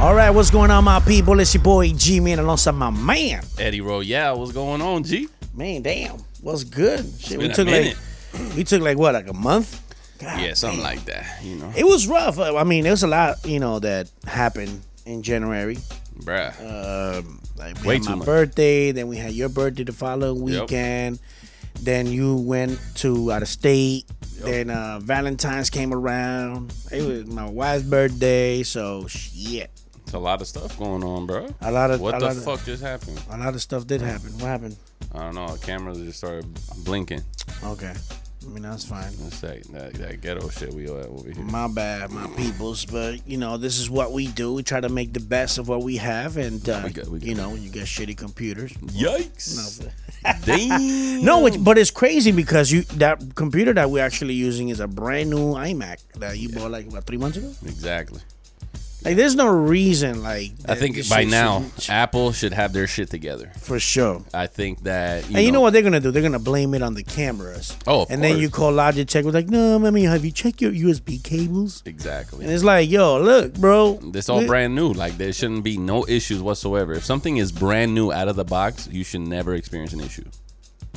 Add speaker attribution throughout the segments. Speaker 1: right, what's going on, my people? It's your boy G Man alongside my man.
Speaker 2: Eddie Royale, what's going on, G?
Speaker 1: Man, damn, what's good? Shit, we
Speaker 2: been a
Speaker 1: took like
Speaker 2: minute.
Speaker 1: we took like what, like a month? God,
Speaker 2: Yeah, something like that, you know.
Speaker 1: it was rough. Uh, I I mean, there was a lot, you know, that happened in January.
Speaker 2: Bruh.
Speaker 1: Um, like we
Speaker 2: Way
Speaker 1: had
Speaker 2: too
Speaker 1: my
Speaker 2: much.
Speaker 1: birthday, then we had your birthday the following
Speaker 2: Yep.
Speaker 1: weekend. Then you went to out of state. Then uh, Valentine's came around. It was my wife's birthday, so shit.
Speaker 2: It's a lot of stuff going on, bro.
Speaker 1: A lot of-
Speaker 2: what
Speaker 1: a
Speaker 2: the
Speaker 1: lot of-
Speaker 2: fuck just happened?
Speaker 1: A lot of stuff did happen. What happened?
Speaker 2: I don't know. Cameras just started blinking.
Speaker 1: Okay, I mean that's fine.
Speaker 2: That's that, that, that ghetto shit we at over here.
Speaker 1: My bad, my peoples. But you know, this is what we do. We try to make the best of what we have, and uh,
Speaker 2: we good, we good.
Speaker 1: you know, when you get shitty computers.
Speaker 2: Yikes! Damn.
Speaker 1: No, it's, but it's crazy because you that computer that we're actually using is a brand new iMac that you bought like about three months ago.
Speaker 2: exactly.
Speaker 1: Like, there's no reason. Like,
Speaker 2: I
Speaker 1: that
Speaker 2: think
Speaker 1: this
Speaker 2: by
Speaker 1: shit
Speaker 2: now
Speaker 1: shouldn't-
Speaker 2: Apple should have their shit together.
Speaker 1: for sure.
Speaker 2: I think that you,
Speaker 1: And you know what they're gonna do? They're gonna blame it on the cameras.
Speaker 2: Oh, of
Speaker 1: and then you
Speaker 2: course.
Speaker 1: call Logitech. Was like, no, I mean, have you checked your USB cables?
Speaker 2: Exactly.
Speaker 1: And it's like, yo, look, bro,
Speaker 2: This all
Speaker 1: we-
Speaker 2: brand new. Like there shouldn't be no issues whatsoever. If something is brand new out of the box, you should never experience an issue.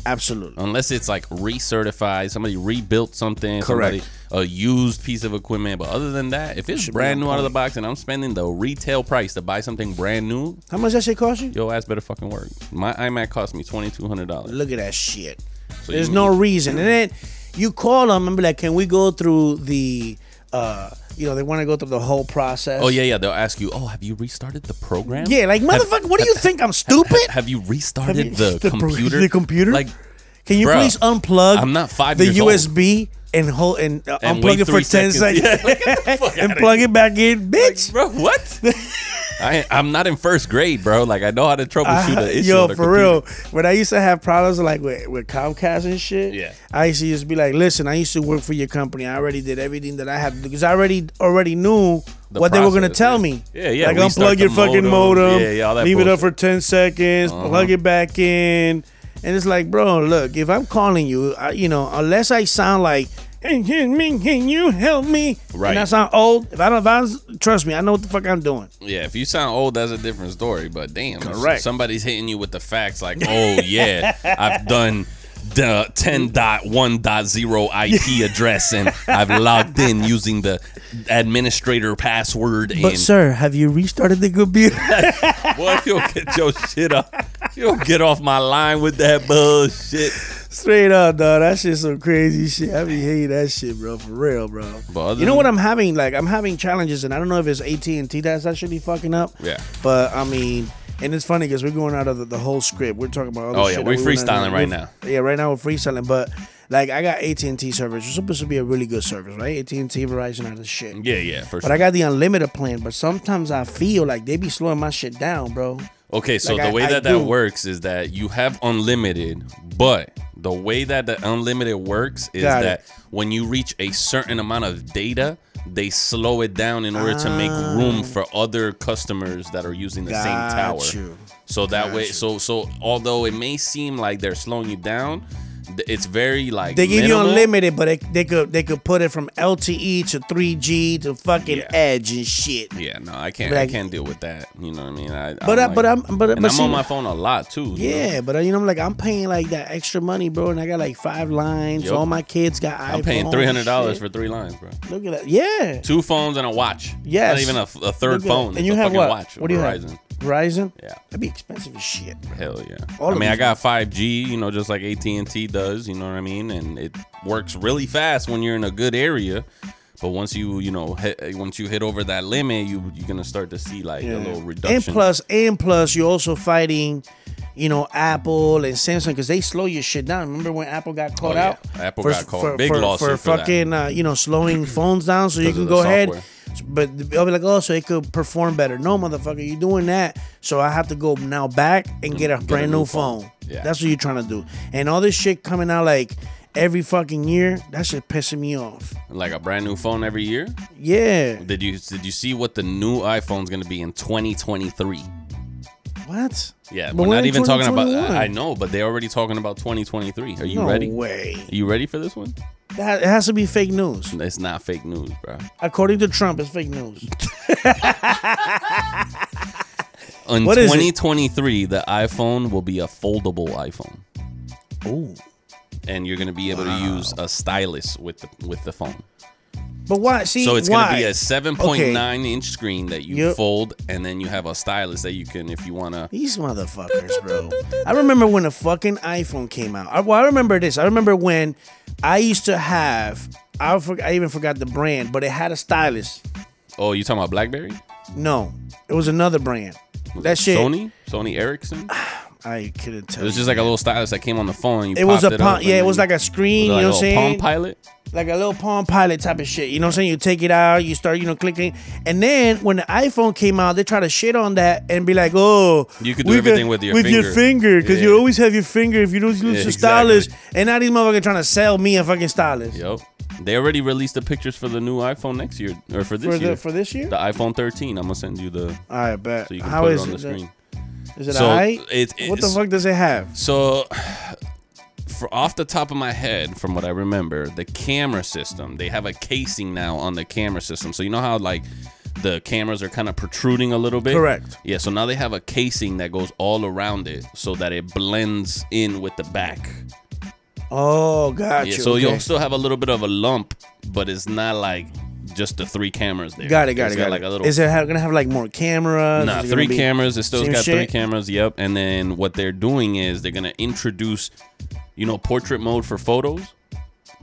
Speaker 1: Absolutely.
Speaker 2: Unless it's like recertified, somebody rebuilt something,
Speaker 1: Correct.
Speaker 2: somebody a used piece of equipment. But other than that, if it's
Speaker 1: Should be
Speaker 2: brand
Speaker 1: on
Speaker 2: new out of the
Speaker 1: point.
Speaker 2: box and I'm spending the retail price to buy something brand new,
Speaker 1: How much that shit cost you?
Speaker 2: yo ass better fucking work. My iMac cost me twenty two hundred dollars.
Speaker 1: Look at that shit.
Speaker 2: So
Speaker 1: There's
Speaker 2: you
Speaker 1: no reason. And then you call them and be like, "Can we go through the, uh, you know, they want to go through the whole process."
Speaker 2: Oh yeah, yeah. They'll ask you, oh, have you restarted the program?
Speaker 1: yeah. Like motherfucker, what do you think? I'm stupid.
Speaker 2: Have you restarted
Speaker 1: Have you-
Speaker 2: the,
Speaker 1: the pro-
Speaker 2: computer?
Speaker 1: the computer?
Speaker 2: Like,
Speaker 1: Can you
Speaker 2: bruh,
Speaker 1: please unplug?
Speaker 2: I'm not five
Speaker 1: The
Speaker 2: years old.
Speaker 1: USB and hold and, uh,
Speaker 2: And
Speaker 1: unplug
Speaker 2: wait
Speaker 1: it for
Speaker 2: three
Speaker 1: ten
Speaker 2: seconds.
Speaker 1: seconds
Speaker 2: Yeah, like, get the fuck
Speaker 1: and
Speaker 2: outta
Speaker 1: plug it back in, bitch.
Speaker 2: bro, what? I, I'm not in first grade, bro. Like, I know how to troubleshoot an
Speaker 1: I-
Speaker 2: issue.
Speaker 1: Yo,
Speaker 2: on a
Speaker 1: for
Speaker 2: computer.
Speaker 1: real. When I used to have problems like with, with Comcast and shit,
Speaker 2: Yeah.
Speaker 1: I used to just be like, listen, I used to work for your company. I already did everything that I had to do because I already already knew
Speaker 2: The
Speaker 1: what they were gonna
Speaker 2: process,
Speaker 1: tell
Speaker 2: yeah.
Speaker 1: me.
Speaker 2: Yeah, yeah,
Speaker 1: Like
Speaker 2: restart
Speaker 1: unplug
Speaker 2: the
Speaker 1: your fucking
Speaker 2: modem.
Speaker 1: modem,
Speaker 2: Yeah, yeah, all that
Speaker 1: leave it up for
Speaker 2: bullshit. Uh-huh.
Speaker 1: ten seconds, plug it back in, and it's like, bro, look, if I'm calling you, I, you know, unless I sound like. Hey, Can me- can you help me?
Speaker 2: Right.
Speaker 1: And I sound old. If I don't, if I, trust me, I know what the fuck I'm doing.
Speaker 2: Yeah, if you sound old, that's a different story. But damn, if
Speaker 1: Correct.
Speaker 2: somebody's hitting you with the facts like, oh yeah, I've done the 10.1.0 IP address and I've logged in using the administrator password.
Speaker 1: But
Speaker 2: and
Speaker 1: sir, have you restarted the computer?
Speaker 2: boy, if you'll get your shit up, if you'll get off my line with that bullshit.
Speaker 1: Straight up, dog. That shit some crazy shit. I be hating that shit, bro. For real, bro.
Speaker 2: But other
Speaker 1: you know
Speaker 2: than-
Speaker 1: what I'm having? Like I'm having challenges, and I don't know if it's AT and T that's actually fucking up.
Speaker 2: Yeah.
Speaker 1: But I mean, and it's funny because we're going out of the, the whole script. We're talking about. Other
Speaker 2: Oh, yeah,
Speaker 1: shit that we
Speaker 2: we're
Speaker 1: wanna do.
Speaker 2: freestyling right
Speaker 1: We're-
Speaker 2: now.
Speaker 1: Yeah, right now we're freestyling, but like I got AT and T service. It's supposed to be a really good service, right? AT and T, Verizon, all this shit.
Speaker 2: Yeah, yeah, for
Speaker 1: But
Speaker 2: sure.
Speaker 1: I got the unlimited plan. But sometimes I feel like they be slowing my shit down, bro.
Speaker 2: Okay, so
Speaker 1: Like,
Speaker 2: the
Speaker 1: I-
Speaker 2: way
Speaker 1: I
Speaker 2: that
Speaker 1: do.
Speaker 2: that works is that you have unlimited, but the way that the unlimited works is
Speaker 1: Got it.
Speaker 2: that when you reach a certain amount of data, they slow it down in order to make room for other customers that are using the
Speaker 1: Ah. Got
Speaker 2: same tower.
Speaker 1: you.
Speaker 2: So that way,
Speaker 1: Got you.
Speaker 2: so so although it may seem like they're slowing you down, th- it's very like
Speaker 1: They give you
Speaker 2: minimal.
Speaker 1: unlimited, but they, they could they could put it from LTE to 3G to fucking
Speaker 2: Yeah.
Speaker 1: Edge and shit.
Speaker 2: Yeah, no, I can't.
Speaker 1: Like-
Speaker 2: I can't deal with that. You know what I mean? I,
Speaker 1: But I-
Speaker 2: like-
Speaker 1: but I'm- but-
Speaker 2: and
Speaker 1: but
Speaker 2: I'm
Speaker 1: see-
Speaker 2: on my phone a lot too. you know?
Speaker 1: Yeah, but uh, you know, I'm like, I'm paying like that extra money, bro, and I got like five lines.
Speaker 2: Yup.
Speaker 1: All my kids got iPhones.
Speaker 2: I'm paying three hundred dollars for
Speaker 1: and
Speaker 2: three lines, bro.
Speaker 1: shit. Look at that. Yeah.
Speaker 2: two phones and a watch.
Speaker 1: Yes.
Speaker 2: Not even a, a
Speaker 1: Look
Speaker 2: third
Speaker 1: at
Speaker 2: phone.
Speaker 1: that.
Speaker 2: It's
Speaker 1: And you
Speaker 2: a
Speaker 1: have
Speaker 2: fucking
Speaker 1: what?
Speaker 2: watch.
Speaker 1: what do you
Speaker 2: Verizon.
Speaker 1: have? Verizon.
Speaker 2: Yeah.
Speaker 1: That'd be expensive as shit. bro.
Speaker 2: Hell yeah.
Speaker 1: All of
Speaker 2: I mean, I
Speaker 1: these
Speaker 2: got 5G, you know, just like AT&T does, you know what I mean? And it works really fast when you're in a good area. But once you, you know, hit, once you hit over that limit, you you're going to start to see like a little reduction.
Speaker 1: And plus, and plus, you're also fighting, you know, Apple and Samsung because they slow your shit down. Remember when Apple got called
Speaker 2: Oh, yeah.
Speaker 1: out?
Speaker 2: Apple got called. Big
Speaker 1: for,
Speaker 2: lawsuit
Speaker 1: for
Speaker 2: for that.
Speaker 1: fucking, uh, you know, slowing phones down so you
Speaker 2: 'Cause
Speaker 1: can
Speaker 2: of the
Speaker 1: go ahead.
Speaker 2: software.
Speaker 1: But they'll be like, oh, so it could perform better. No, motherfucker, you're doing that. So I have to go now back and get a brand
Speaker 2: Mm, new
Speaker 1: new phone.
Speaker 2: phone. Yeah.
Speaker 1: That's what you're trying to do. And all this shit coming out like every fucking year, that shit pissing me off.
Speaker 2: like a brand new phone every year.
Speaker 1: Yeah.
Speaker 2: Did you did you see what the new iPhone's going to be in 2023?
Speaker 1: What?
Speaker 2: Yeah,
Speaker 1: But
Speaker 2: we're
Speaker 1: we're
Speaker 2: not
Speaker 1: in
Speaker 2: even talking about
Speaker 1: 2021.
Speaker 2: I I know, but they're already talking about 2023. Are you
Speaker 1: no
Speaker 2: ready?
Speaker 1: way.
Speaker 2: Are you ready for this one?
Speaker 1: That it has to be fake news.
Speaker 2: It's not fake news, bro.
Speaker 1: According to Trump, it's fake news.
Speaker 2: In
Speaker 1: What is it?
Speaker 2: 2023, the iPhone will be a foldable iPhone,
Speaker 1: Ooh.
Speaker 2: and you're gonna be able to use a stylus with the with the phone.
Speaker 1: But why? See,
Speaker 2: So it's
Speaker 1: why?
Speaker 2: gonna be a 7.9 inch screen that you
Speaker 1: Yep.
Speaker 2: fold, and then you have a stylus that you can, if you wanna.
Speaker 1: These motherfuckers, bro. I remember when the fucking iPhone came out. I, well, I remember this. I remember when I used to have. I, for, I even forgot the brand, but it had a stylus.
Speaker 2: Oh, you talking about BlackBerry?
Speaker 1: No, it was another brand. That shit.
Speaker 2: Sony, Sony Ericsson.
Speaker 1: I couldn't tell.
Speaker 2: It was
Speaker 1: you.
Speaker 2: just like a little stylus that came on the phone. You
Speaker 1: It was
Speaker 2: popped
Speaker 1: a
Speaker 2: it
Speaker 1: palm,
Speaker 2: up,
Speaker 1: yeah.
Speaker 2: and
Speaker 1: It was
Speaker 2: then-
Speaker 1: like a screen.
Speaker 2: was
Speaker 1: you know
Speaker 2: it
Speaker 1: what I'm
Speaker 2: like "Oh, a little
Speaker 1: saying?
Speaker 2: Palm Pilot.
Speaker 1: like a little Palm Pilot type of shit. You know what I'm saying? You take it out, you start, you know, clicking. And then when the iPhone came out, they try to shit on that and be like, oh,
Speaker 2: You could do
Speaker 1: we
Speaker 2: everything with your
Speaker 1: with your
Speaker 2: finger.
Speaker 1: finger because you
Speaker 2: Yeah.
Speaker 1: always have your finger if you don't use
Speaker 2: Yeah,
Speaker 1: the
Speaker 2: exactly.
Speaker 1: stylus. And now these motherfuckers trying to sell me a fucking stylus
Speaker 2: Yep. They already released the pictures for the new iPhone next year or for this
Speaker 1: for
Speaker 2: year.
Speaker 1: the for this year.
Speaker 2: the iPhone 13. I'm gonna send you the
Speaker 1: All right, bet.
Speaker 2: so you can
Speaker 1: How
Speaker 2: put it
Speaker 1: is
Speaker 2: on the
Speaker 1: it?
Speaker 2: screen.
Speaker 1: Is it
Speaker 2: So,
Speaker 1: alright?
Speaker 2: it-
Speaker 1: What the
Speaker 2: it's-
Speaker 1: fuck does it have?
Speaker 2: So, for off the top of my head, from what I remember, the camera system they have a casing now on the camera system. So you know how like the cameras are kind of protruding a little bit.
Speaker 1: Correct.
Speaker 2: Yeah. So now they have a casing that goes all around it so that it blends in with the back.
Speaker 1: Oh, gotcha.
Speaker 2: Yeah, so
Speaker 1: okay.
Speaker 2: you'll still have a little bit of a lump, but it's not like just the three cameras there.
Speaker 1: got it, got
Speaker 2: It's
Speaker 1: it, got
Speaker 2: like
Speaker 1: it.
Speaker 2: a little
Speaker 1: is it ha- gonna have like more cameras? Is
Speaker 2: Nah,
Speaker 1: it gonna
Speaker 2: three
Speaker 1: be-
Speaker 2: cameras. It still
Speaker 1: same
Speaker 2: got three
Speaker 1: shit?
Speaker 2: cameras. Yep. And then what they're doing is they're gonna introduce, you know, portrait mode for photos.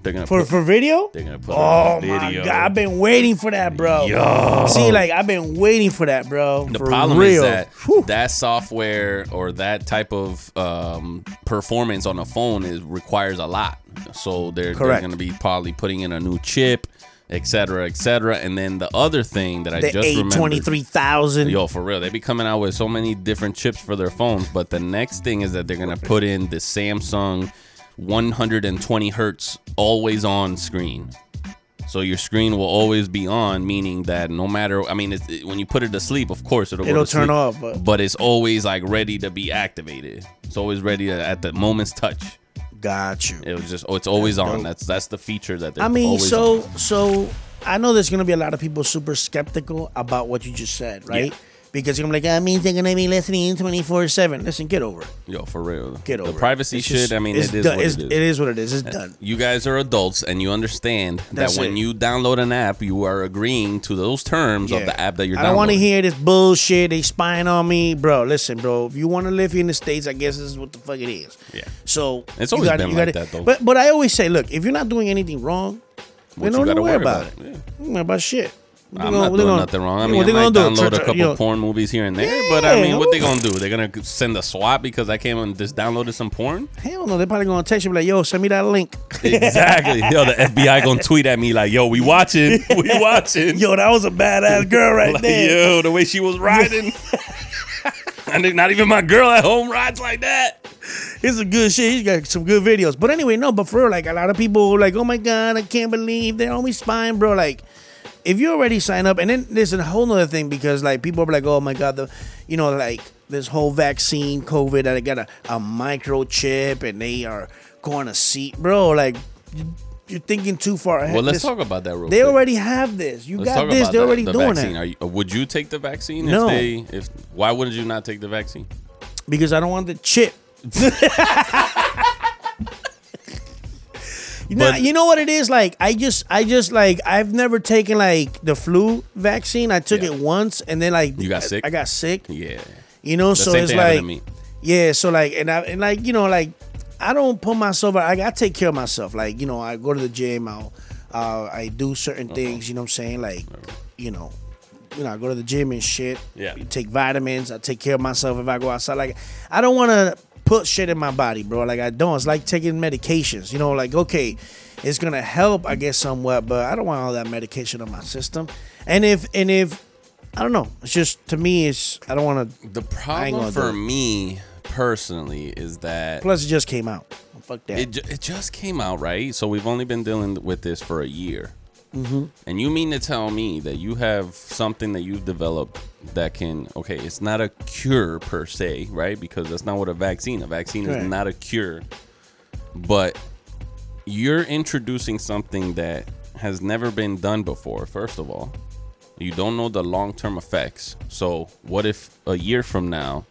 Speaker 2: They're gonna
Speaker 1: for
Speaker 2: put,
Speaker 1: for video.
Speaker 2: they're gonna put
Speaker 1: Oh
Speaker 2: it on
Speaker 1: my
Speaker 2: video.
Speaker 1: god, I've been waiting for that, bro.
Speaker 2: Yo.
Speaker 1: See, like I've been waiting for that, bro.
Speaker 2: The
Speaker 1: for
Speaker 2: problem
Speaker 1: real.
Speaker 2: is that
Speaker 1: Whew.
Speaker 2: that software or that type of um, performance on a phone is requires a lot. So they're, they're
Speaker 1: Correct.
Speaker 2: going to be probably putting in a new chip, et cetera, et cetera. And then the other thing that I
Speaker 1: the
Speaker 2: just
Speaker 1: eight twenty
Speaker 2: remembered.
Speaker 1: three thousand.
Speaker 2: Yo, for real, they be coming out with so many different chips for their phones. But the next thing is that they're gonna put in the Samsung 120 hertz always on screen. So your screen will always be on, meaning that no matter, I mean, it's, it- when you put it to sleep, of course it'll go
Speaker 1: It'll
Speaker 2: to
Speaker 1: turn
Speaker 2: sleep,
Speaker 1: off, but-
Speaker 2: but it's always like ready to be activated. It's always ready to, at the moment's touch.
Speaker 1: Got you.
Speaker 2: It was just, oh, it's always on. That's that's the feature that they're.
Speaker 1: I mean,
Speaker 2: always
Speaker 1: so so I know there's gonna be a lot of people super skeptical about what you just said, right?
Speaker 2: Yeah.
Speaker 1: Because you're gonna be like, I mean, they're gonna be listening twenty four seven. Listen, get over it.
Speaker 2: yo, for real,
Speaker 1: Get over
Speaker 2: the
Speaker 1: it.
Speaker 2: privacy
Speaker 1: It's
Speaker 2: shit.
Speaker 1: just-
Speaker 2: I mean,
Speaker 1: it's
Speaker 2: it is
Speaker 1: done.
Speaker 2: what
Speaker 1: It's-
Speaker 2: it is.
Speaker 1: It is what it is. It's done.
Speaker 2: You guys are adults and you understand
Speaker 1: That's
Speaker 2: that when
Speaker 1: it.
Speaker 2: you download an app, you are agreeing to those terms of
Speaker 1: Yeah.
Speaker 2: the app that you're
Speaker 1: I don't want to
Speaker 2: downloading.
Speaker 1: hear this bullshit. They spying on me, bro. Listen, bro. If you want to live here in the states, I guess this is what the fuck it is.
Speaker 2: Yeah.
Speaker 1: So
Speaker 2: It's
Speaker 1: you
Speaker 2: always
Speaker 1: gotta-
Speaker 2: been
Speaker 1: you
Speaker 2: like
Speaker 1: gotta-
Speaker 2: that, though.
Speaker 1: But but I always say, look, if you're not doing anything wrong, we
Speaker 2: What you
Speaker 1: don't
Speaker 2: gotta
Speaker 1: worry,
Speaker 2: worry
Speaker 1: about,
Speaker 2: about,
Speaker 1: it.
Speaker 2: yeah.
Speaker 1: We don't worry about shit. They
Speaker 2: I'm
Speaker 1: gonna-
Speaker 2: not
Speaker 1: they
Speaker 2: doing
Speaker 1: gonna-
Speaker 2: nothing wrong. I
Speaker 1: yeah,
Speaker 2: mean,
Speaker 1: what
Speaker 2: I
Speaker 1: they
Speaker 2: might
Speaker 1: gonna do?
Speaker 2: download
Speaker 1: Try-
Speaker 2: a
Speaker 1: try-
Speaker 2: couple
Speaker 1: you know,
Speaker 2: porn movies here and there, but I
Speaker 1: Yeah,
Speaker 2: mean, what they
Speaker 1: what-
Speaker 2: gonna do? They're gonna send a SWAT because I came and just downloaded some porn?
Speaker 1: Hell no, they're probably gonna text you be like, yo, send me that link.
Speaker 2: Exactly. yo, the FBI gonna tweet at me like, "Yo, we watching, we watching."
Speaker 1: yo, that was a badass girl right
Speaker 2: Like,
Speaker 1: there.
Speaker 2: yo, the way she was riding. and then not even my girl at home rides like that.
Speaker 1: It's a good shit. He's got some good videos. But anyway, no, but for real, like a lot of people were like, oh my God, I can't believe they're always spying, bro. Like, if you already sign up, and then there's a whole nother thing because like people are like, oh my God, the you know, like this whole vaccine, COVID, that I got a, a microchip and they are going to see, bro. Like, you- you're thinking too far ahead.
Speaker 2: Well, let's
Speaker 1: This-
Speaker 2: talk about that real
Speaker 1: They
Speaker 2: quick.
Speaker 1: already have this. You
Speaker 2: Let's
Speaker 1: got
Speaker 2: talk
Speaker 1: this.
Speaker 2: about
Speaker 1: They're
Speaker 2: the-
Speaker 1: already
Speaker 2: the
Speaker 1: doing
Speaker 2: vaccine.
Speaker 1: it.
Speaker 2: Are you, uh, would you take the vaccine?
Speaker 1: No.
Speaker 2: If they, if why wouldn't you not take the vaccine?
Speaker 1: because I don't want the chip. you know,
Speaker 2: But-
Speaker 1: you know what it is like. I just, I just like I've never taken like the flu vaccine. I took
Speaker 2: Yeah.
Speaker 1: it once, and then like
Speaker 2: You got sick?
Speaker 1: I, got sick.
Speaker 2: Yeah.
Speaker 1: You know, so
Speaker 2: same
Speaker 1: it's
Speaker 2: thing happened to
Speaker 1: like,
Speaker 2: me.
Speaker 1: yeah, so like, and I and like you know, like I don't put myself. I, I take care of myself. Like you know, I go to the gym. I'll, uh, I do certain
Speaker 2: Uh-huh.
Speaker 1: things. You know what I'm saying? Like, you know, you know, I go to the gym and shit.
Speaker 2: Yeah.
Speaker 1: Take vitamins. I take care of myself if I go outside. Like, I don't want to put shit in my body, bro. Like I don't. It's like taking medications. You know, like okay, it's gonna help, I guess, somewhat, but I don't want all that medication in my system. And if and if I don't know. It's just to me. It's I don't want to.
Speaker 2: The
Speaker 1: gonna
Speaker 2: problem
Speaker 1: do
Speaker 2: for
Speaker 1: it.
Speaker 2: me personally is that
Speaker 1: Plus, it just came out. Fuck that.
Speaker 2: it, ju- it just came out, right? So we've only been dealing with this for a year. And you mean to tell me that you have something that you've developed that can, okay, it's not a cure per se, right? Because that's not what a vaccine, a vaccine
Speaker 1: Correct.
Speaker 2: is not a cure. But you're introducing something that has never been done before, first of all. you don't know the long term effects. So, what if a year from now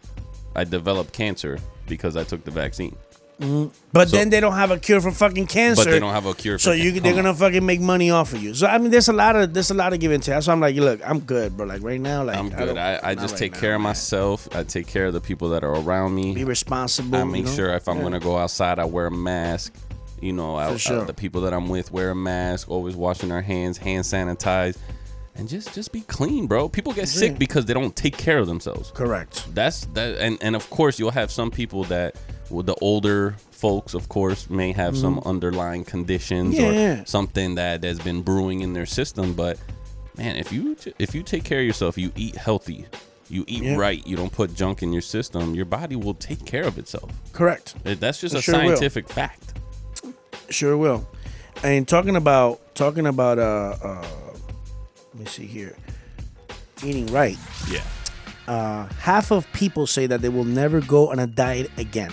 Speaker 2: I develop cancer because I took the vaccine?
Speaker 1: But
Speaker 2: So-
Speaker 1: then they don't have a cure for fucking cancer.
Speaker 2: But they don't have a cure for
Speaker 1: So you,
Speaker 2: can-
Speaker 1: they're
Speaker 2: come
Speaker 1: gonna
Speaker 2: on.
Speaker 1: fucking make money off of you. So I mean, there's a lot of there's a lot of give and take. That's why I'm like, look, I'm good, bro. Like right now, like
Speaker 2: I'm
Speaker 1: don't-
Speaker 2: good. I, I
Speaker 1: not
Speaker 2: just
Speaker 1: right
Speaker 2: take
Speaker 1: now,
Speaker 2: care of
Speaker 1: man.
Speaker 2: myself. I take care of the people that are around me.
Speaker 1: Be responsible.
Speaker 2: I
Speaker 1: you
Speaker 2: make
Speaker 1: know?
Speaker 2: sure if I'm
Speaker 1: Yeah.
Speaker 2: gonna go outside, I wear a mask. You know, I,
Speaker 1: For
Speaker 2: I-
Speaker 1: sure.
Speaker 2: the people that I'm with wear a mask. Always washing our hands, hand sanitize, and just just be clean, bro. People get
Speaker 1: Yeah.
Speaker 2: sick because they don't take care of themselves.
Speaker 1: Correct.
Speaker 2: That's that, and and of course you'll have some people that well, the older folks, of course, may have some underlying conditions
Speaker 1: Mm-hmm. Yeah.
Speaker 2: or something that has been brewing in their system. But man, if you t- if you take care of yourself, you eat healthy, you eat
Speaker 1: Yeah.
Speaker 2: right, you don't put junk in your system, your body will take care of itself.
Speaker 1: Correct.
Speaker 2: It- That's just
Speaker 1: It
Speaker 2: a
Speaker 1: sure will.
Speaker 2: scientific fact.
Speaker 1: Sure will. And talking about talking about uh, uh let me see here, eating right.
Speaker 2: Yeah.
Speaker 1: Uh, half of people say that they will never go on a diet again.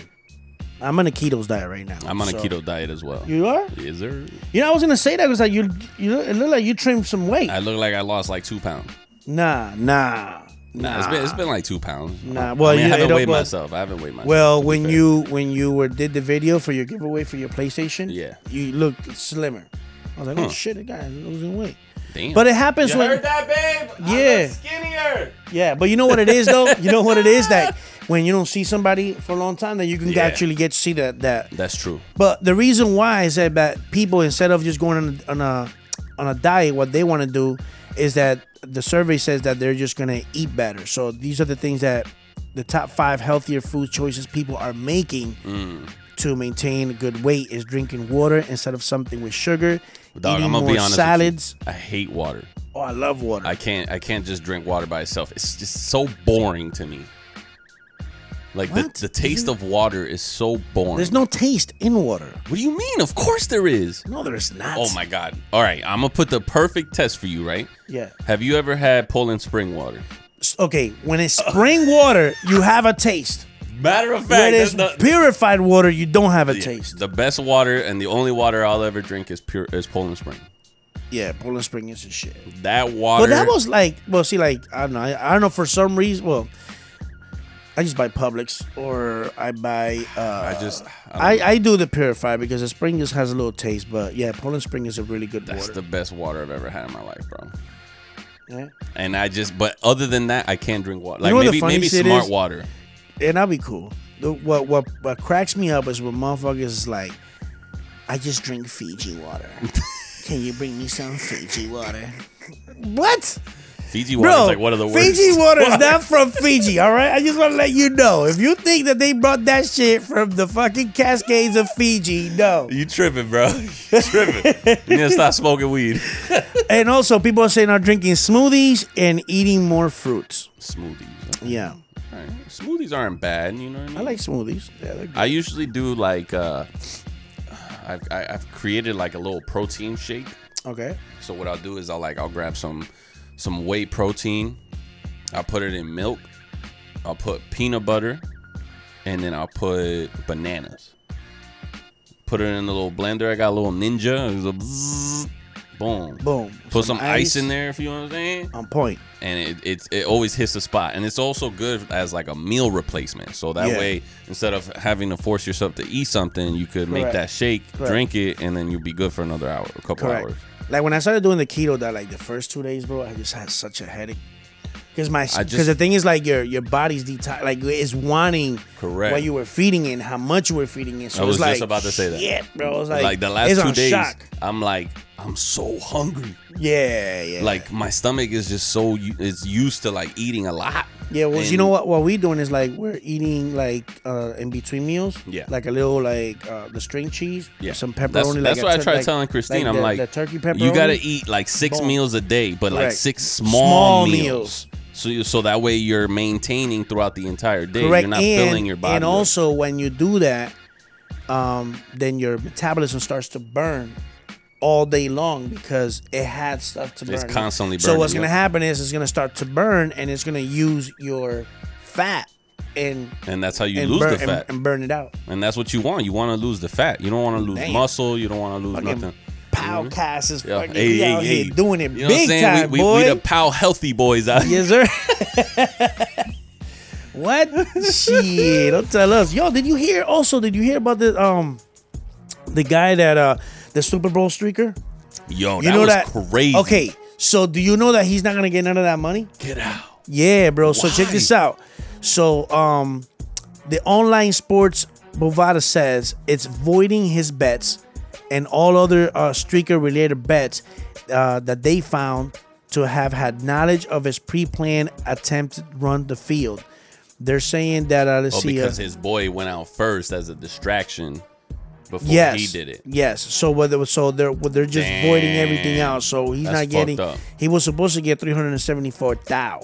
Speaker 1: I'm on a keto's diet right now.
Speaker 2: I'm on
Speaker 1: so-
Speaker 2: a keto diet as well.
Speaker 1: You are?
Speaker 2: Is there?
Speaker 1: You know, I was gonna say that because like you, you look, it looked like you trimmed some weight.
Speaker 2: I look like I lost like two pounds.
Speaker 1: nah, nah,
Speaker 2: Nah, it's been it's been like two pounds.
Speaker 1: Nah,
Speaker 2: I-
Speaker 1: well,
Speaker 2: I,
Speaker 1: you-
Speaker 2: mean, I
Speaker 1: it
Speaker 2: haven't
Speaker 1: don't-
Speaker 2: weighed
Speaker 1: well-
Speaker 2: myself. I haven't weighed myself.
Speaker 1: Well,
Speaker 2: to be
Speaker 1: when
Speaker 2: fair.
Speaker 1: you when you were did the video for your giveaway for your PlayStation,
Speaker 2: Yeah.
Speaker 1: you looked slimmer. I was like, oh
Speaker 2: Huh.
Speaker 1: shit, the guy is losing weight.
Speaker 2: damn,
Speaker 1: But it happens when
Speaker 2: that, babe?
Speaker 1: look Yeah.
Speaker 2: skinnier.
Speaker 1: yeah. But you know what it is though. you know what it is that when you don't see somebody for a long time, that you can
Speaker 2: Yeah.
Speaker 1: actually get to see that that.
Speaker 2: That's true.
Speaker 1: But the reason why is that that people instead of just going on a on a, on a diet, what they want to do is that the survey says that they're just gonna eat better. So these are the things that the top five healthier food choices people are making
Speaker 2: Mm.
Speaker 1: to maintain good weight is drinking water instead of something with sugar,
Speaker 2: Dog,
Speaker 1: eating
Speaker 2: I'm gonna
Speaker 1: more
Speaker 2: be honest. with you.
Speaker 1: salads.
Speaker 2: I hate water.
Speaker 1: Oh, I love water.
Speaker 2: I can't. I can't just drink water by itself. It's just so boring to me. Like the,
Speaker 1: What?
Speaker 2: the taste of water is so boring.
Speaker 1: There's no taste in water.
Speaker 2: What do you mean? Of course there is.
Speaker 1: No, there's not.
Speaker 2: Oh my god. All right, I'm gonna put the perfect test for you. Right?
Speaker 1: Yeah.
Speaker 2: Have you ever had Poland spring water?
Speaker 1: S- Okay, when it's spring water, you have a taste.
Speaker 2: Matter of
Speaker 1: When
Speaker 2: fact,
Speaker 1: it's
Speaker 2: that's not-
Speaker 1: purified water, you don't have a
Speaker 2: Yeah,
Speaker 1: taste.
Speaker 2: The best water and the only water I'll ever drink is pure is Poland Spring.
Speaker 1: Yeah, Poland Spring is a shit.
Speaker 2: That water.
Speaker 1: But that was like, well, see, like I don't know, I, I don't know for some reason. Well, I just buy Publix or I buy. Uh,
Speaker 2: I just. I,
Speaker 1: I, I do the purifier because the spring just has a little taste, but yeah, Poland Spring is a really good
Speaker 2: that's
Speaker 1: water.
Speaker 2: the best water I've ever had in my life, bro.
Speaker 1: yeah.
Speaker 2: And I just, but other than that, I can't drink water. Like
Speaker 1: know what the
Speaker 2: maybe
Speaker 1: funny
Speaker 2: maybe
Speaker 1: shit
Speaker 2: smart
Speaker 1: is?
Speaker 2: water.
Speaker 1: And that'll be cool. The- what what what cracks me up is when motherfuckers is like, I just drink Fiji water. Can you bring me some Fiji water? What?
Speaker 2: Fiji water
Speaker 1: Bro,
Speaker 2: is like one of the worst.
Speaker 1: Fiji water is not from Fiji, all right? I just want to let you know. If you think that they brought that shit from the fucking Cascades of Fiji, no.
Speaker 2: You tripping, bro? You tripping? you need to stop smoking weed.
Speaker 1: And also, people are saying are drinking smoothies and eating more fruits.
Speaker 2: Smoothies.
Speaker 1: Yeah.
Speaker 2: All right. Smoothies aren't bad. You know what I mean?
Speaker 1: I like smoothies. Yeah, they're good.
Speaker 2: I usually do like. uh I've, I- I've created like a little protein shake.
Speaker 1: Okay.
Speaker 2: So what I'll do is I'll like I'll grab some some whey protein. I'll put it in milk. I'll put peanut butter and then I'll put bananas. Put it in a little blender. I got a little ninja. It was a bzzz, boom.
Speaker 1: Boom.
Speaker 2: Put some, ice, in there if you know what I'm saying.
Speaker 1: On point.
Speaker 2: And it, it's it always hits the spot. And it's also good as like a meal replacement. So that
Speaker 1: Yeah.
Speaker 2: way instead of having to force yourself to eat something, you could make
Speaker 1: Correct.
Speaker 2: that shake,
Speaker 1: Correct.
Speaker 2: drink it, and then you'll be good for another hour, a couple
Speaker 1: Correct.
Speaker 2: hours.
Speaker 1: Like when I started doing the keto diet, like the first two days, bro, I just had such a headache. Because my
Speaker 2: I just-
Speaker 1: because the thing is like your your body's detox like it's wanting
Speaker 2: Correct.
Speaker 1: what you were feeding and how much you were feeding it. So
Speaker 2: I was
Speaker 1: it's like,
Speaker 2: just about to say that.
Speaker 1: Yeah, bro. It's like,
Speaker 2: like, the last
Speaker 1: it's
Speaker 2: two
Speaker 1: on
Speaker 2: days,
Speaker 1: Shock.
Speaker 2: I'm like, I'm so hungry.
Speaker 1: Yeah, yeah.
Speaker 2: Like my stomach is just so u- it's used to like eating a lot.
Speaker 1: yeah. Well, you
Speaker 2: and-
Speaker 1: know what? What we doing is like we're eating like uh in between meals.
Speaker 2: Yeah.
Speaker 1: Like a little like uh the string cheese.
Speaker 2: Yeah,
Speaker 1: Some pepperoni.
Speaker 2: That's,
Speaker 1: like
Speaker 2: that's
Speaker 1: a
Speaker 2: what I
Speaker 1: tur-
Speaker 2: tried
Speaker 1: like-
Speaker 2: telling Christine. I'm
Speaker 1: the-
Speaker 2: like,
Speaker 1: the turkey pepperoni.
Speaker 2: You gotta eat like six
Speaker 1: Boom.
Speaker 2: meals a day, but like
Speaker 1: Correct.
Speaker 2: six
Speaker 1: Small
Speaker 2: small,
Speaker 1: meals.
Speaker 2: meals. So you so that way you're maintaining throughout the entire day.
Speaker 1: correct
Speaker 2: You're not
Speaker 1: and,
Speaker 2: filling your body.
Speaker 1: and
Speaker 2: up.
Speaker 1: also when you do that um, then your metabolism starts to burn all day long because it had stuff to burn
Speaker 2: It's constantly
Speaker 1: so what's
Speaker 2: burning,
Speaker 1: going to
Speaker 2: yeah.
Speaker 1: happen is it's going to start to burn and it's going to use your fat and
Speaker 2: and that's how you
Speaker 1: and
Speaker 2: lose
Speaker 1: burn,
Speaker 2: the fat.
Speaker 1: And, and burn it out
Speaker 2: And that's what you want. You want to lose the fat. You don't want to lose
Speaker 1: Damn.
Speaker 2: muscle. You don't want to lose
Speaker 1: Fucking
Speaker 2: nothing.
Speaker 1: Powcast is
Speaker 2: Mm-hmm. Yeah.
Speaker 1: fucking
Speaker 2: Hey,
Speaker 1: we
Speaker 2: hey,
Speaker 1: out
Speaker 2: hey.
Speaker 1: here doing it
Speaker 2: You know what I'm
Speaker 1: big
Speaker 2: saying?
Speaker 1: time,
Speaker 2: We, we,
Speaker 1: boy.
Speaker 2: we the pow healthy boys out here.
Speaker 1: Yes, sir. what? Shit! Don't tell us, yo. Did you hear? Also, did you hear about the um, the guy that uh, the Super Bowl streaker?
Speaker 2: Yo, that
Speaker 1: You know
Speaker 2: was
Speaker 1: that
Speaker 2: crazy.
Speaker 1: Okay, so do you know that he's not gonna get none of that money?
Speaker 2: Get out.
Speaker 1: Yeah, bro. So check
Speaker 2: Why?
Speaker 1: this out. So um, the online sports Bovada says it's voiding his bets and all other uh, streaker related bets uh, that they found to have had knowledge of his pre-planned attempt to run the field. They're saying that uh, let's
Speaker 2: Oh,
Speaker 1: see. Uh,
Speaker 2: because his boy went out first as a distraction before
Speaker 1: yes,
Speaker 2: oh, he did it.
Speaker 1: Yes. So whether so they're well, they're just voiding everything
Speaker 2: Damn.
Speaker 1: out. So he's
Speaker 2: That's
Speaker 1: not
Speaker 2: fucked
Speaker 1: getting.
Speaker 2: up.
Speaker 1: He was supposed to get three hundred and seventy-four thou.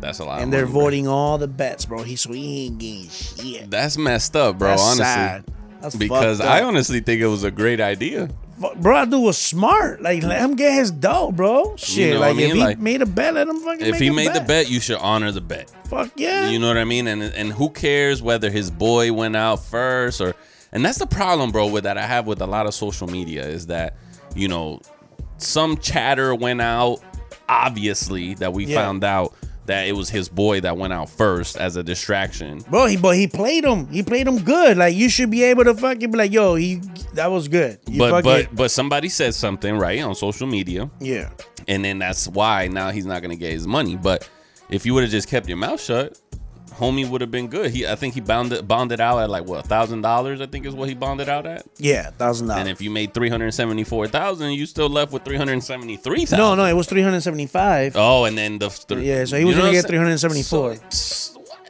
Speaker 2: That's a lot.
Speaker 1: and
Speaker 2: of
Speaker 1: they're
Speaker 2: money, bro.
Speaker 1: voting all the bets, bro. He so he ain't getting shit.
Speaker 2: That's messed up, bro.
Speaker 1: That's
Speaker 2: honestly,
Speaker 1: sad. That's
Speaker 2: because
Speaker 1: fucked
Speaker 2: I
Speaker 1: up.
Speaker 2: honestly think it was a great idea.
Speaker 1: Fu- bro, that dude was smart. Like let him get his dough, bro. Shit,
Speaker 2: know what
Speaker 1: like
Speaker 2: I mean?
Speaker 1: if he
Speaker 2: Like,
Speaker 1: made a bet, let him fucking.
Speaker 2: If
Speaker 1: make
Speaker 2: he
Speaker 1: a
Speaker 2: made
Speaker 1: bet.
Speaker 2: the bet, you should honor the bet.
Speaker 1: fuck yeah.
Speaker 2: You know what I mean? And and who cares whether his boy went out first or and that's the problem, bro, with that I have with a lot of social media is that, you know, some chatter went out obviously that we
Speaker 1: Yeah.
Speaker 2: found out that it was his boy that went out first as a distraction.
Speaker 1: Bro, he but he played him. He played him good. Like you should be able to fucking be like, yo, he that was good. You
Speaker 2: but
Speaker 1: fucking,
Speaker 2: but but somebody said something, right, on social media.
Speaker 1: yeah,
Speaker 2: and then that's why now he's not gonna get his money. But if you would have just kept your mouth shut, homie would have been good. He, I think he bounded bounded out at like what thousand dollars. I think is what he bounded out at.
Speaker 1: yeah, thousand
Speaker 2: And
Speaker 1: dollars.
Speaker 2: if you made three hundred seventy four thousand, you still left with three hundred seventy three thousand.
Speaker 1: No, no, it was three hundred seventy-five.
Speaker 2: Oh, and then the th-
Speaker 1: Yeah, so he was
Speaker 2: you know
Speaker 1: gonna
Speaker 2: what
Speaker 1: get
Speaker 2: I'm saying?
Speaker 1: 374.
Speaker 2: So, pss, what?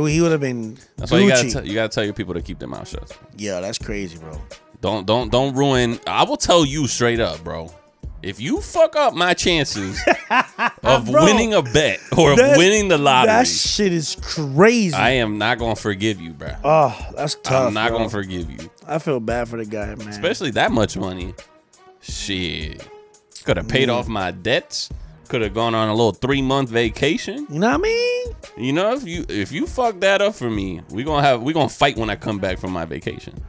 Speaker 1: Like, he would have been.
Speaker 2: that's why you gotta
Speaker 1: Gucci.
Speaker 2: tell- you gotta tell your people to keep their mouth shut.
Speaker 1: yeah, that's crazy, bro.
Speaker 2: Don't don't don't ruin. I will tell you straight up, bro. If you fuck up my chances of
Speaker 1: Bro,
Speaker 2: winning a bet or of
Speaker 1: That-
Speaker 2: winning the lottery,
Speaker 1: That shit is crazy.
Speaker 2: I am not gonna forgive you, bro.
Speaker 1: oh, that's tough.
Speaker 2: I'm not
Speaker 1: bro.
Speaker 2: gonna forgive you,
Speaker 1: I feel bad for the guy, man.
Speaker 2: especially that much money. Shit, could have paid off my debts. Could have gone on a little three month vacation.
Speaker 1: you know what I mean?
Speaker 2: You know, if you if you fuck that up for me, we gonna have we gonna fight when I come back from my vacation.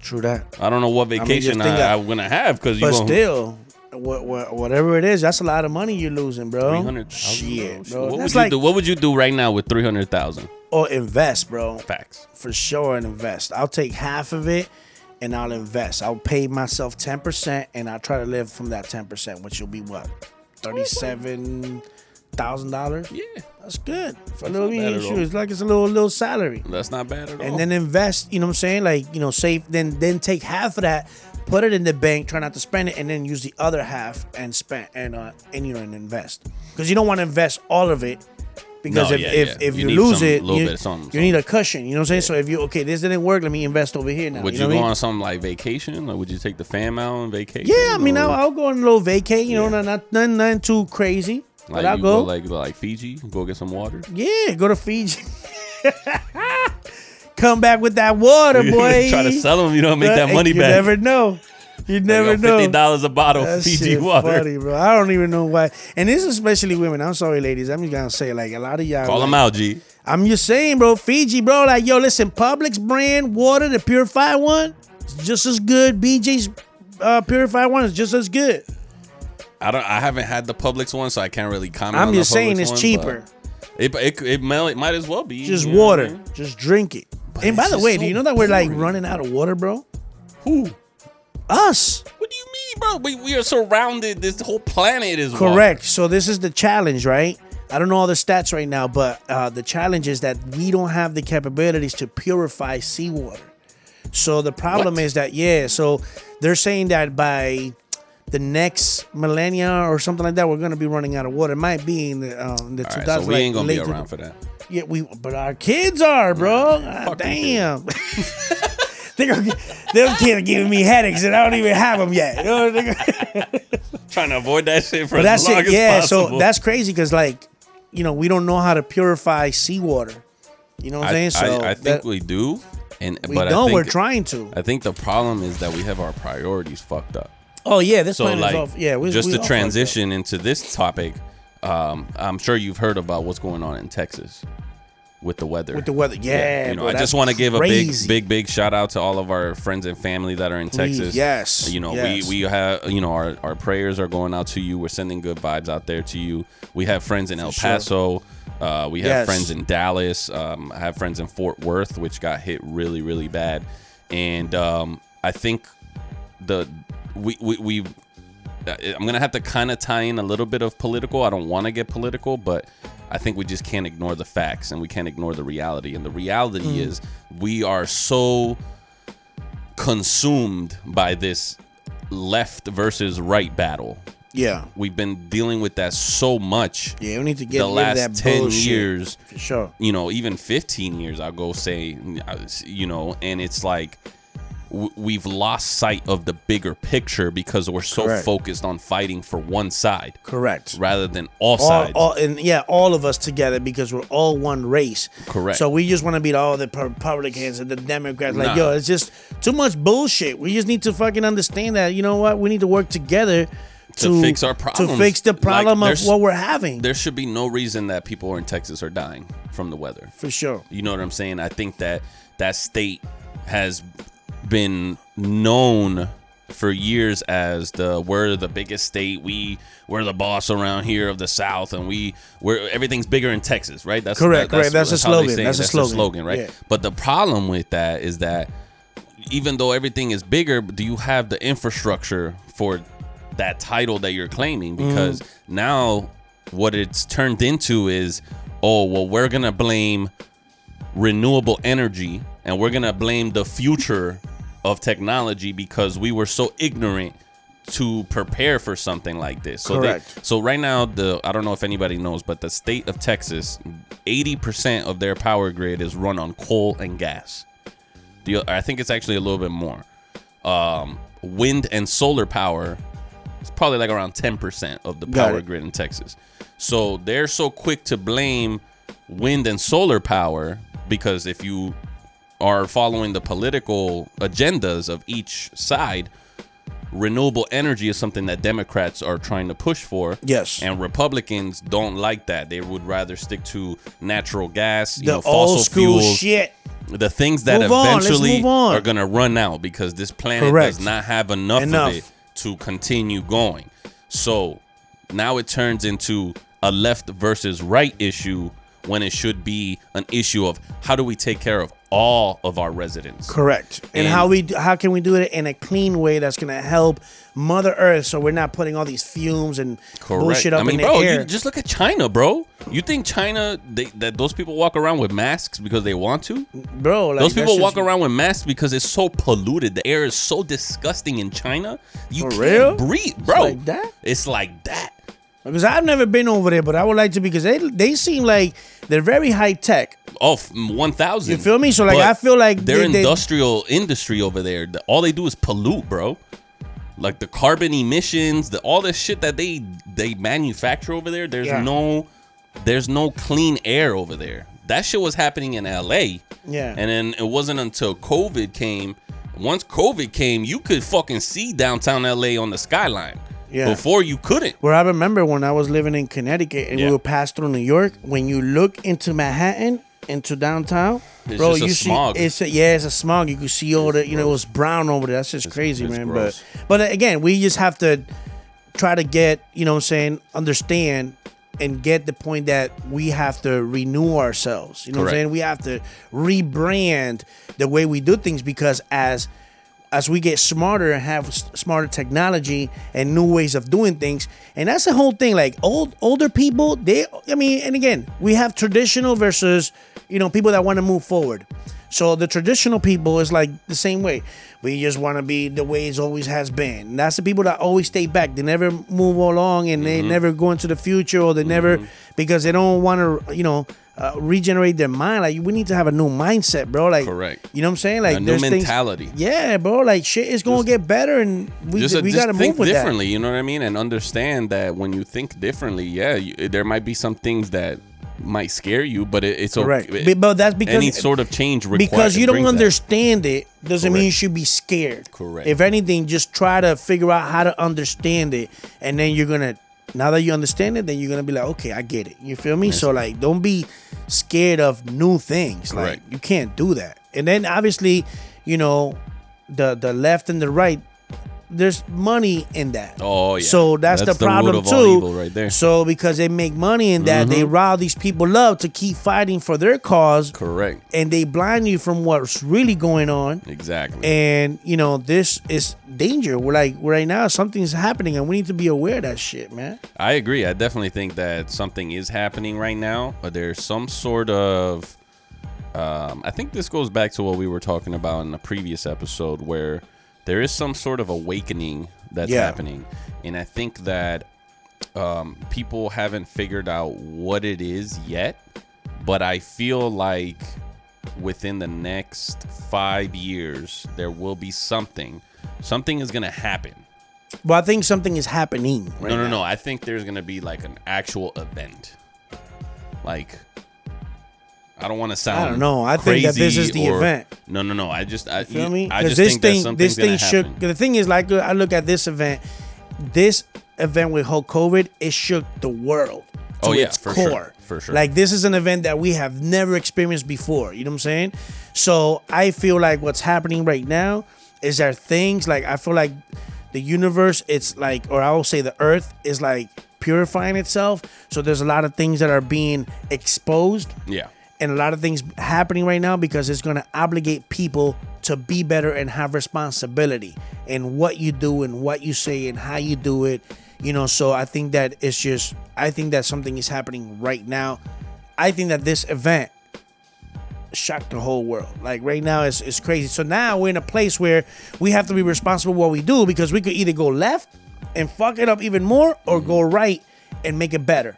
Speaker 1: True that.
Speaker 2: I don't know what
Speaker 1: mean, just
Speaker 2: vacation I,
Speaker 1: think that-
Speaker 2: am gonna have because you
Speaker 1: But
Speaker 2: gonna
Speaker 1: still, what, what, whatever it is, that's a lot of money you're losing, bro.
Speaker 2: three hundred
Speaker 1: Shit,
Speaker 2: thousand.
Speaker 1: bro.
Speaker 2: What would
Speaker 1: that's
Speaker 2: you
Speaker 1: like
Speaker 2: do? What would you do right now with three hundred thousand?
Speaker 1: or invest, bro.
Speaker 2: Facts.
Speaker 1: For sure, and invest. I'll take half of it, and I'll invest. I'll pay myself ten percent, and I'll try to live from that ten percent, which will be what thirty-seven thousand dollars.
Speaker 2: Yeah,
Speaker 1: That's good for a
Speaker 2: That's
Speaker 1: little
Speaker 2: not bad
Speaker 1: mini
Speaker 2: at all.
Speaker 1: shoes. It's Like it's a little little salary.
Speaker 2: that's not bad at all.
Speaker 1: and then invest. You know what I'm saying? Like you know, save. Then then take half of that, put it in the bank, try not to spend it, and then use the other half and spend and uh, and you know and invest because you don't want to invest all of it because
Speaker 2: No,
Speaker 1: if
Speaker 2: yeah,
Speaker 1: if,
Speaker 2: yeah.
Speaker 1: if
Speaker 2: You
Speaker 1: you,
Speaker 2: need
Speaker 1: lose
Speaker 2: some-
Speaker 1: it,
Speaker 2: little
Speaker 1: you,
Speaker 2: bit of something,
Speaker 1: you need a cushion. You know what I'm saying? So if you okay, this didn't work. Let me invest over here now.
Speaker 2: would you,
Speaker 1: know
Speaker 2: go
Speaker 1: what I mean?
Speaker 2: on some like vacation? Or would you take the fam out on vacation?
Speaker 1: Yeah, I mean,
Speaker 2: or-
Speaker 1: I'll, I'll go on a little vacay. You know,
Speaker 2: Yeah.
Speaker 1: not not nothing, nothing too crazy,
Speaker 2: Like
Speaker 1: but I'll
Speaker 2: you
Speaker 1: go.
Speaker 2: go like like Fiji, go get some water.
Speaker 1: yeah, go to Fiji. Come back with that water, boy.
Speaker 2: Try to sell them, you don't make
Speaker 1: Bruh,
Speaker 2: that money
Speaker 1: you
Speaker 2: back.
Speaker 1: never know. You never
Speaker 2: Like, yo,
Speaker 1: know.
Speaker 2: Fifty dollars a bottle
Speaker 1: That
Speaker 2: of Fiji
Speaker 1: shit
Speaker 2: water.
Speaker 1: funny, bro. I don't even know why. And this is especially women. I'm sorry, ladies. I'm just gonna say like a lot of y'all.
Speaker 2: Call
Speaker 1: like-
Speaker 2: them out, G.
Speaker 1: I'm just saying, bro. Fiji, bro. Like yo, listen. Publix brand water, the purified one, it's just as good. BJ's uh, purified one is just as good.
Speaker 2: I don't. I haven't had the Publix one, so I can't really comment.
Speaker 1: I'm
Speaker 2: on
Speaker 1: just
Speaker 2: the
Speaker 1: saying
Speaker 2: Publix
Speaker 1: it's
Speaker 2: one,
Speaker 1: cheaper.
Speaker 2: but It it, it, might, it might as well be
Speaker 1: Just
Speaker 2: you know what I
Speaker 1: water.
Speaker 2: mean?
Speaker 1: Just drink it. and
Speaker 2: it's
Speaker 1: by the
Speaker 2: just
Speaker 1: way,
Speaker 2: so
Speaker 1: do you know that we're like
Speaker 2: boring.
Speaker 1: running out of water, bro?
Speaker 2: Who?
Speaker 1: Us.
Speaker 2: What do you mean, bro? We, we are surrounded. This whole planet is water.
Speaker 1: Correct. So this is the challenge, right? I don't know all the stats right now, but uh, the challenge is that we don't have the capabilities to purify seawater. So the problem
Speaker 2: What?
Speaker 1: is that yeah. So they're saying that by the next millennia or something like that, we're gonna be running out of water. It might be in the, um, the
Speaker 2: All
Speaker 1: 2000s.
Speaker 2: right, so we
Speaker 1: like,
Speaker 2: ain't gonna be
Speaker 1: late-
Speaker 2: around for that.
Speaker 1: Yeah, we. But our kids are, bro. Ah,
Speaker 2: fuck them
Speaker 1: damn. They're gonna get, them kids are giving me headaches, and I don't even have them yet. You know what I'm saying?
Speaker 2: Trying to avoid that shit for
Speaker 1: But
Speaker 2: as
Speaker 1: that's
Speaker 2: long
Speaker 1: it.
Speaker 2: as
Speaker 1: Yeah.
Speaker 2: possible.
Speaker 1: So that's crazy because like, you know, we don't know how to purify seawater. You know what I'm
Speaker 2: I,
Speaker 1: saying? So
Speaker 2: I, I
Speaker 1: that-
Speaker 2: think we do, and
Speaker 1: we
Speaker 2: but
Speaker 1: don't.
Speaker 2: I think,
Speaker 1: we're trying to.
Speaker 2: I think the problem is that we have our priorities fucked up.
Speaker 1: oh yeah, this
Speaker 2: So
Speaker 1: planet
Speaker 2: like,
Speaker 1: is off. Yeah, we,
Speaker 2: just
Speaker 1: we
Speaker 2: to
Speaker 1: off like
Speaker 2: transition into this topic, um, I'm sure you've heard about what's going on in Texas. with the weather.
Speaker 1: With the weather, yeah.
Speaker 2: you know,
Speaker 1: bro,
Speaker 2: I just
Speaker 1: that's
Speaker 2: want to give
Speaker 1: crazy.
Speaker 2: a big, big, big shout out to all of our friends and family that are in
Speaker 1: Please,
Speaker 2: Texas.
Speaker 1: yes,
Speaker 2: You know,
Speaker 1: yes.
Speaker 2: we we have you know our our prayers are going out to you. We're sending good vibes out there to you. We have friends in El
Speaker 1: sure.
Speaker 2: Paso. Uh, we have
Speaker 1: Yes.
Speaker 2: friends in Dallas. Um, I have friends in Fort Worth, which got hit really, really bad. And um, I think the we we, we uh, I'm gonna have to kind of tie in a little bit of political. I don't want to get political, but I think we just can't ignore the facts and we can't ignore the reality. And the reality
Speaker 1: Mm.
Speaker 2: is, we are so consumed by this left versus right battle.
Speaker 1: Yeah,
Speaker 2: We've been dealing with that so much
Speaker 1: yeah. We need to get
Speaker 2: the
Speaker 1: rid
Speaker 2: last
Speaker 1: of that
Speaker 2: 10
Speaker 1: bullshit.
Speaker 2: years
Speaker 1: for sure.
Speaker 2: you know, even 15 years, I'll go say, uh, you know, and it's like w- we've lost sight of the bigger picture because we're so
Speaker 1: Correct.
Speaker 2: focused on fighting for one side
Speaker 1: Correct.
Speaker 2: rather than all,
Speaker 1: all,
Speaker 2: sides.
Speaker 1: all and yeah, all of us together because we're all one race.
Speaker 2: Correct.
Speaker 1: So we just want to beat all the Pu- Republicans and the Democrats. Like,
Speaker 2: Nah.
Speaker 1: yo, it's just too much bullshit. We just need to fucking understand that. You know what? We need to work together to,
Speaker 2: fix our
Speaker 1: To
Speaker 2: problems.
Speaker 1: fix the
Speaker 2: Like,
Speaker 1: problem of
Speaker 2: there's-
Speaker 1: what we're having.
Speaker 2: there should be no reason that people in Texas are dying from the weather.
Speaker 1: For sure.
Speaker 2: You know what I'm saying? I think that that state has been known for years as the we're the biggest state. We we're the boss around here of the South, and we we're everything's bigger in Texas, right? That's
Speaker 1: Correct, correct. That's a
Speaker 2: how they
Speaker 1: slogan.
Speaker 2: say it.
Speaker 1: That's a
Speaker 2: the
Speaker 1: slogan.
Speaker 2: right?
Speaker 1: Yeah.
Speaker 2: But the problem with that is that even though everything is bigger, do you have the infrastructure for that title that you're claiming?
Speaker 1: Mm-hmm.
Speaker 2: Because now what it's turned into is, oh, well, we're going to blame renewable energy and we're going to blame the future of technology because we were so ignorant to prepare for something like this. So they-
Speaker 1: Correct.
Speaker 2: so right now the I don't know if anybody knows but the state of Texas 80% of their power grid is run on coal and gas. The I think it's actually a little bit more. Um, wind and solar power is probably like around 10% of the
Speaker 1: Got
Speaker 2: power
Speaker 1: it.
Speaker 2: grid in Texas. So they're so quick to blame wind and solar power because if you are following the political agendas of each side, renewable energy is something that Democrats are trying to push for.
Speaker 1: Yes.
Speaker 2: And Republicans don't like that. They would rather stick to natural gas, you
Speaker 1: the
Speaker 2: know, fossil
Speaker 1: old school
Speaker 2: fuels,
Speaker 1: shit.
Speaker 2: the things that
Speaker 1: Move on, let's
Speaker 2: eventually
Speaker 1: move on.
Speaker 2: are going to run out because this planet
Speaker 1: Correct.
Speaker 2: does not have enough,
Speaker 1: Enough.
Speaker 2: of it to continue going. So now it turns into a left versus right issue when it should be an issue of how do we take care of all of our residents?
Speaker 1: Correct. And,
Speaker 2: And-
Speaker 1: how we do- how can we do it in a clean way that's gonna help Mother Earth so we're not putting all these fumes and bullshit up
Speaker 2: I mean,
Speaker 1: in the
Speaker 2: bro,
Speaker 1: air.
Speaker 2: You just look at China, bro. You think China they, that those people walk around with masks because they want to?
Speaker 1: bro, like,
Speaker 2: Those
Speaker 1: that's
Speaker 2: people walk
Speaker 1: just-
Speaker 2: around with masks because it's so polluted. The air is so disgusting in China. You
Speaker 1: For
Speaker 2: can't
Speaker 1: real?
Speaker 2: breathe, bro.
Speaker 1: like that?
Speaker 2: It's like that.
Speaker 1: Because I've never been over there, but I would like to because they they seem like they're very high tech.
Speaker 2: Oh, f- 1,000.
Speaker 1: You feel me? So, like,
Speaker 2: But
Speaker 1: I feel like
Speaker 2: their
Speaker 1: they- they-
Speaker 2: industrial industry over there, the- all they do is pollute, bro. Like the carbon emissions, the all this shit that they they manufacture over there. There's
Speaker 1: Yeah.
Speaker 2: no, there's no clean air over there. That shit was happening in L.A.
Speaker 1: Yeah.
Speaker 2: and then it wasn't until COVID came. Once COVID came, you could fucking see downtown L.A. on the skyline.
Speaker 1: Yeah.
Speaker 2: Before you couldn't.
Speaker 1: Where I remember when I was living in Connecticut and we
Speaker 2: Yeah.
Speaker 1: would pass through New York, when you look into Manhattan, into downtown,
Speaker 2: It's
Speaker 1: bro,
Speaker 2: just a
Speaker 1: you
Speaker 2: smog.
Speaker 1: see it's a, yeah, it's a smog. You could see all the you know it was brown over there. That's just crazy,
Speaker 2: it's
Speaker 1: man.
Speaker 2: gross.
Speaker 1: But but again, we just have to try to get you know what I'm saying understand and get the point that we have to renew ourselves. You know what I'm
Speaker 2: Correct.
Speaker 1: saying? We have to rebrand the way we do things because as as we get smarter and have s- smarter technology and new ways of doing things and that's the whole thing like old older people they i mean and again we have traditional versus you know people that want to move forward so the traditional people is like the same way we just want to be the way it's always has been And that's the people that always stay back they never move along and they never go into the future or they never because they don't want to you know uh, regenerate their mind like we need to have a new mindset bro like
Speaker 2: Correct.
Speaker 1: you know what i'm saying like
Speaker 2: A new
Speaker 1: there's things-
Speaker 2: mentality.
Speaker 1: yeah, bro. Like shit is gonna get better, and we
Speaker 2: just,
Speaker 1: we
Speaker 2: just
Speaker 1: gotta
Speaker 2: think
Speaker 1: move with
Speaker 2: differently. You know what I mean? And understand that when you think differently, yeah, you, there might be some things that might scare you, but it, it's
Speaker 1: that. Correct.
Speaker 2: okay.
Speaker 1: But- but that's
Speaker 2: any
Speaker 1: because
Speaker 2: sort of change requires
Speaker 1: because you don't
Speaker 2: brings that.
Speaker 1: understand it doesn't mean
Speaker 2: Correct.
Speaker 1: you should be scared.
Speaker 2: Correct.
Speaker 1: If anything, just try to figure out how to understand it, and then you're gonna now that you understand it, then you're gonna be like, okay, I get it. You feel me? So like, don't be scared of new things. Like
Speaker 2: Correct.
Speaker 1: you can't do that. And then obviously, you know, the the left and the right, there's money in that.
Speaker 2: Oh, yeah.
Speaker 1: So that's, the
Speaker 2: That's the root
Speaker 1: problem
Speaker 2: of
Speaker 1: too.
Speaker 2: all evil right there. Mm-hmm.
Speaker 1: So because they make money in that, they rile these people up to keep fighting for their cause,
Speaker 2: Correct.
Speaker 1: and they blind you from what's really going on
Speaker 2: Exactly.
Speaker 1: and you know this is danger we're like right now something's happening and we need to be aware of that shit man
Speaker 2: I agree. I definitely think that something is happening right now, but there's some sort of. Um, I think this goes back to what we were talking about in the previous episode, where there is some sort of awakening that's
Speaker 1: Yeah.
Speaker 2: happening, and I think that um, people haven't figured out what it is yet. But I feel like within the next five years, there will be something. Something is going to happen.
Speaker 1: but i think something is happening right
Speaker 2: No, no,
Speaker 1: now.
Speaker 2: no. I think there's gonna be like an actual event. Like, I don't want to sound.
Speaker 1: don't know. I think that this
Speaker 2: crazy
Speaker 1: is the
Speaker 2: or-
Speaker 1: event.
Speaker 2: No, no, no. I just, I,
Speaker 1: feel me
Speaker 2: I
Speaker 1: 'Cause
Speaker 2: just
Speaker 1: this
Speaker 2: think that
Speaker 1: thing this
Speaker 2: something's
Speaker 1: thing
Speaker 2: gonna
Speaker 1: shook
Speaker 2: happen.
Speaker 1: the thing is like i look at this event this event with whole covid it shook the world to
Speaker 2: Oh, yeah,
Speaker 1: its
Speaker 2: for
Speaker 1: core
Speaker 2: sure, for sure.
Speaker 1: like this is an event that we have never experienced before you know what i'm saying so i feel like what's happening right now is there things like i feel like the universe it's like or i will say the earth is like purifying itself so there's a lot of things that are being exposed
Speaker 2: Yeah.
Speaker 1: and a lot of things happening right now because it's going to obligate people to be better and have responsibility in what you do and what you say and how you do it you know so i think that it's just i think that something is happening right now i think that this event shocked the whole world like right now it's, it's crazy so now we're in a place where we have to be responsible what we do because we could either go left and fuck it up even more or go
Speaker 2: Mm-hmm.
Speaker 1: right and make it better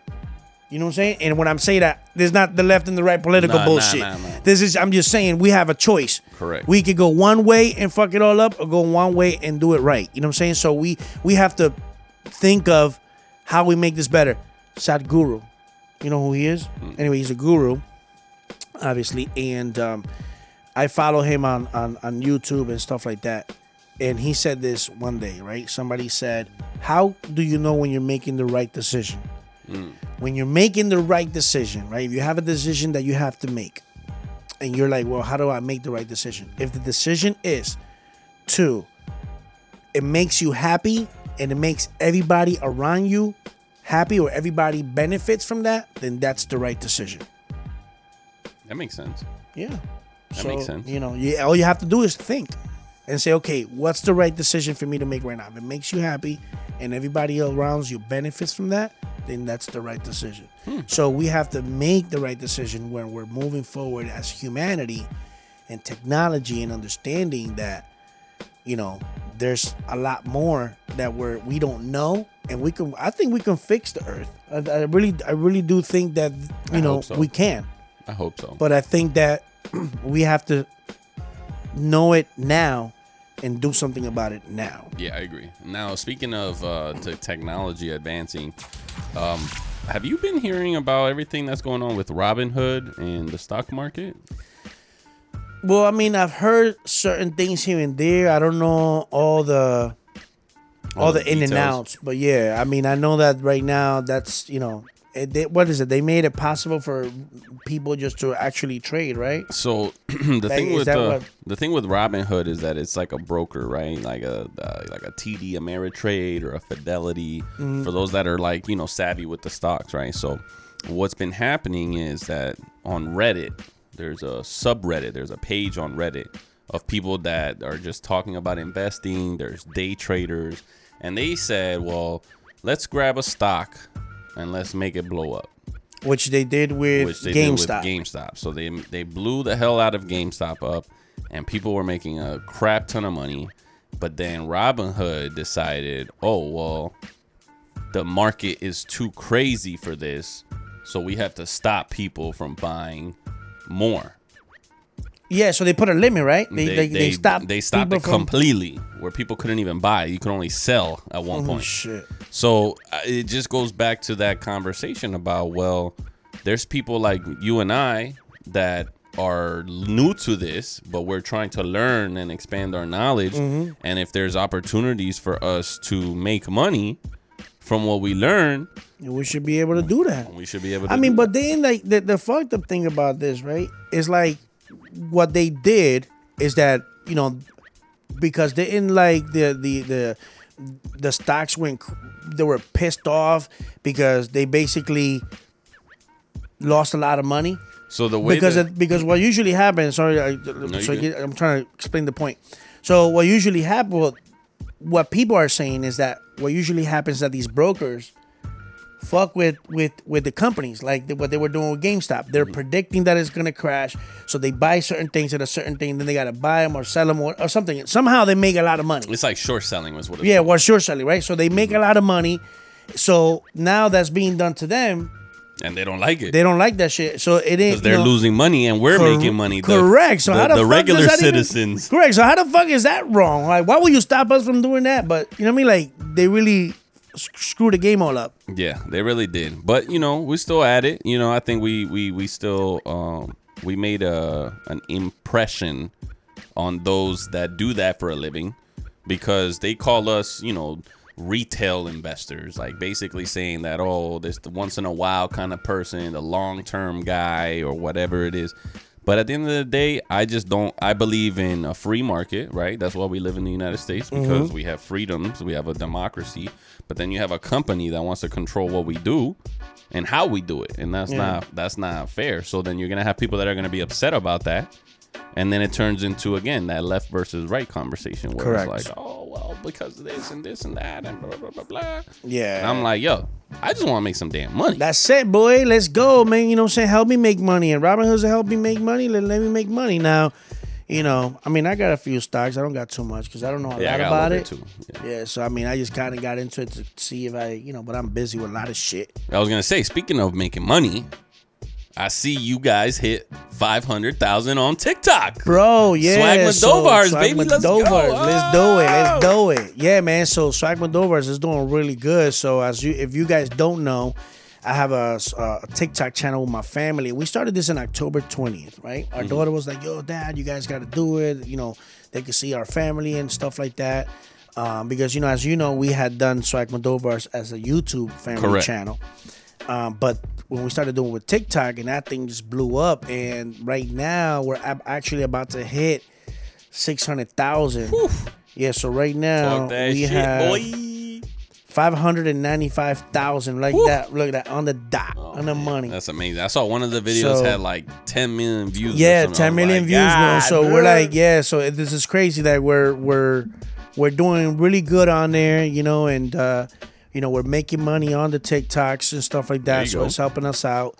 Speaker 1: you know what I'm saying? And when I'm saying that, there's not the left and the right political
Speaker 2: Nah, nah,
Speaker 1: bullshit.
Speaker 2: nah, nah.
Speaker 1: This is I'm just saying we have a choice.
Speaker 2: Correct.
Speaker 1: We could go one way and fuck it all up, or go one way and do it right. You know what I'm saying? So we we have to think of how we make this better. Sadhguru, you know who he is? Anyway, he's a guru, obviously, and um, I follow him on, on on YouTube and stuff like that. And he said this one day, right? Somebody said, "How do you know when you're making the right decision?" when you're making the right decision, right? If you have a decision that you have to make, and you're like, well, how do I make the right decision? If the decision is to, it makes you happy and it makes everybody around you happy or everybody benefits from that, then that's the right decision.
Speaker 2: That makes sense.
Speaker 1: Yeah.
Speaker 2: That makes sense.
Speaker 1: You know, you, all you have to do is think and say, okay, what's the right decision for me to make right now? If it makes you happy and everybody around you benefits from that, then that's the right decision.
Speaker 2: Hmm.
Speaker 1: So we have to make the right decision when we're moving forward as humanity and technology and understanding that, you know, there's a lot more that we're we don't know and we can I think we can fix the earth. I, I really I really do think that you
Speaker 2: I
Speaker 1: know
Speaker 2: hope so.
Speaker 1: we can
Speaker 2: I hope so.
Speaker 1: but I think that we have to know it now and do something about it now.
Speaker 2: yeah, I agree. Now, speaking of uh, t- technology advancing, um, have you been hearing about everything that's going on with Robinhood and the stock market?
Speaker 1: Well, I mean, I've heard certain things here and there. I don't know all the all, the, in and
Speaker 2: details?
Speaker 1: outs, but yeah, I mean, I know that right now. That's you know, it, they, what is it? They made it possible for people just to actually trade, right?
Speaker 2: So the thing
Speaker 1: is
Speaker 2: with
Speaker 1: that
Speaker 2: uh,
Speaker 1: what-
Speaker 2: the thing with Robinhood is that it's like a broker, right? Like a uh, like a TD Ameritrade or a Fidelity
Speaker 1: Mm.
Speaker 2: for those that are like you know savvy with the stocks, right? So what's been happening is that on Reddit, there's a subreddit, there's a page on Reddit of people that are just talking about investing. There's day traders, and they said, well, let's grab a stock and let's make it blow up
Speaker 1: Which they did with
Speaker 2: which they
Speaker 1: GameStop.
Speaker 2: did with GameStop. So they they blew the hell out of GameStop up, and people were making a crap ton of money. But then Robinhood decided, oh well, the market is too crazy for this, so we have to stop people from buying more.
Speaker 1: yeah, so they put a limit, right? They they, they, stopped
Speaker 2: they stopped
Speaker 1: people
Speaker 2: it
Speaker 1: from-
Speaker 2: completely, where people couldn't even buy. You could only sell at one
Speaker 1: Holy
Speaker 2: point.
Speaker 1: Oh, shit.
Speaker 2: So I- it just goes back to that conversation about well, there's people like you and I that are new to this, but we're trying to learn and
Speaker 1: Mm-hmm.
Speaker 2: expand our knowledge. And if there's opportunities for us to make money from what we learned,
Speaker 1: And we should be able to do that.
Speaker 2: we should be able to.
Speaker 1: I mean,
Speaker 2: do
Speaker 1: but then like the, the fucked up thing about this, right? Is like what they did is that you know because they didn't like the the the the stocks went cr- they were pissed off because they basically lost a lot of money
Speaker 2: so the way
Speaker 1: because
Speaker 2: that,
Speaker 1: it, because what usually happens. Sorry, I,
Speaker 2: you
Speaker 1: so I
Speaker 2: good.
Speaker 1: get- I'm trying to explain the point. So what usually happens, what, what people are saying is that what usually happens is that these brokers fuck with with with the companies like the, what they were doing with GameStop.
Speaker 2: Mm-hmm.
Speaker 1: They're predicting that it's gonna crash, so they buy certain things at a certain thing, then they gotta buy them or sell them or, or something. Somehow they make a lot of money.
Speaker 2: it's Mm-hmm. like short selling was what. It
Speaker 1: Yeah, well, sure, Sally, right? So they make a lot of money. So now that's being done to them.
Speaker 2: and they don't like it.
Speaker 1: They don't like that shit. So it ain't.
Speaker 2: because they're
Speaker 1: you know-
Speaker 2: losing money and we're
Speaker 1: Cor-
Speaker 2: making money. The-
Speaker 1: Correct. So
Speaker 2: the,
Speaker 1: how the,
Speaker 2: the
Speaker 1: fuck
Speaker 2: regular
Speaker 1: does that even-
Speaker 2: citizens.
Speaker 1: correct. So how the fuck is that wrong? Like, why would you stop us from doing that? But you know what I mean? Like, they really sc- screw the game all up.
Speaker 2: Yeah, they really did. But you know, we still at it. You know, I think we we we still um we made a an impression on those that do that for a living because they call us, you know, retail investors, like basically saying that oh, this the once in a while kind of person, the long-term guy or whatever it is. But at the end of the day, I just don't I believe in a free market, right? That's why we live in the United States because we have freedoms, we have a democracy, but then you have a company that wants to control what we do and how we do it. And that's not that's not fair. So then you're going to have people that are going to be upset about that. And then it turns into again that left versus right conversation where
Speaker 1: Correct.
Speaker 2: it's like, oh well, because of this and this and that and blah blah blah blah.
Speaker 1: Yeah.
Speaker 2: And I'm like, yo, I just want to make some damn money.
Speaker 1: That's it, boy. Let's go, man. You know what I'm saying? Help me make money. And Robin Hood's help me make money. Let, let me make money. Now, you know, I mean, I got a few stocks. I don't got too much because I don't know a
Speaker 2: yeah,
Speaker 1: lot
Speaker 2: I got
Speaker 1: about
Speaker 2: a
Speaker 1: it.
Speaker 2: little bit too. Yeah.
Speaker 1: Yeah, so I mean, I just kind of got into it to see if I, you know, but I'm busy with a lot of shit.
Speaker 2: I was gonna say, speaking of making money, I see you guys hit five hundred thousand on TikTok.
Speaker 1: Bro, yeah.
Speaker 2: Swag Madovars, baby, let's go.
Speaker 1: Let's do it. Let's
Speaker 2: Oh!
Speaker 1: do it. Yeah, man. So Swag Madovars is doing really good. So as you, if you guys don't know, I have a, s- a TikTok channel with my family. We started this in October 20th, right? Our daughter was like, "Yo, Dad, you guys got to do it." You know, they could see our family and stuff like that. Um, because you know, as you know, we had done Swag Madovars as a YouTube family
Speaker 2: Correct.
Speaker 1: channel. Um, but when we started doing with TikTok, and that thing just blew up. And right now, we're ab- actually about to hit six hundred thousand. Yeah. So right now
Speaker 2: Talk that
Speaker 1: we
Speaker 2: shit,
Speaker 1: have
Speaker 2: boy.
Speaker 1: five hundred and ninety-five thousand. Like that. Look at that on the dot
Speaker 2: Oh,
Speaker 1: on the money.
Speaker 2: That's amazing. I saw one of the videos
Speaker 1: So-
Speaker 2: had like ten million views. or
Speaker 1: yeah,
Speaker 2: something. I
Speaker 1: ten
Speaker 2: was
Speaker 1: million
Speaker 2: like, "Ah,
Speaker 1: views, bro.
Speaker 2: "God,
Speaker 1: So we're
Speaker 2: bruh."
Speaker 1: like, yeah. So it- this is crazy that we're we're we're doing really good on there, you know, and uh, you know we're making money on the TikToks and stuff like
Speaker 2: you
Speaker 1: that. So
Speaker 2: go.
Speaker 1: it's helping us out,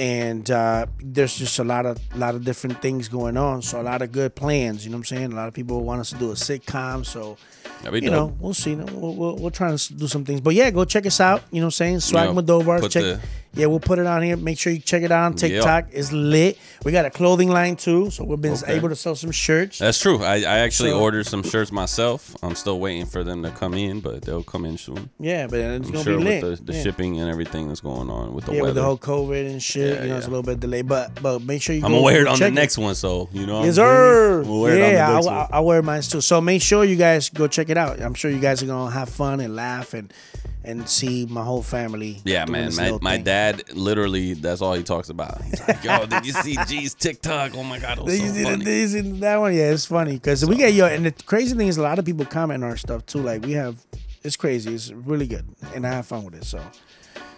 Speaker 1: and uh, there's just a lot of lot of different things going on. So a lot of good plans, you know what I'm saying. A lot of people want us to do a sitcom, so
Speaker 2: That'd be
Speaker 1: you
Speaker 2: dope.
Speaker 1: know we'll see. We'll, we'll, we'll try to do some things, but yeah, go check us out. You know what I'm saying? Swag
Speaker 2: Yeah,
Speaker 1: Modovar.
Speaker 2: put
Speaker 1: Check.
Speaker 2: the-
Speaker 1: yeah, we'll put it on here. Make sure you check it out on
Speaker 2: Yeah.
Speaker 1: TikTok is lit. We got a clothing line too, so we've been
Speaker 2: Okay. Uh,
Speaker 1: able to sell some shirts.
Speaker 2: That's true. I, I actually
Speaker 1: So-
Speaker 2: ordered some shirts myself. I'm still waiting for them to come in, but they'll come in soon.
Speaker 1: yeah, but it's
Speaker 2: I'm
Speaker 1: gonna
Speaker 2: sure
Speaker 1: be lit.
Speaker 2: with the, the
Speaker 1: yeah.
Speaker 2: shipping and everything that's going on with the
Speaker 1: Yeah,
Speaker 2: weather.
Speaker 1: with the whole COVID and shit, you know, it's a
Speaker 2: yeah.
Speaker 1: little bit delayed, but but make sure you.
Speaker 2: I'm
Speaker 1: go
Speaker 2: gonna wear it on the
Speaker 1: check
Speaker 2: next one, so you know.
Speaker 1: Yes,
Speaker 2: I'm-
Speaker 1: sir.
Speaker 2: We'll wear it on the
Speaker 1: yeah,
Speaker 2: next
Speaker 1: I, I,
Speaker 2: one.
Speaker 1: I wear mine too. So make sure you guys go check it out. I'm sure you guys are gonna have fun and laugh and and see my whole family.
Speaker 2: Yeah,
Speaker 1: doing
Speaker 2: man.
Speaker 1: this
Speaker 2: My,
Speaker 1: little
Speaker 2: my
Speaker 1: thing.
Speaker 2: dad literally, that's all he talks about. He's like, yo, did you see G's TikTok? Oh my god, it was so
Speaker 1: These-
Speaker 2: funny.
Speaker 1: these- that one, yeah, it's funny because we get yo. And the crazy thing is, a lot of people comment on our stuff too. Like we have, it's crazy. It's really good, and I have fun with it. So,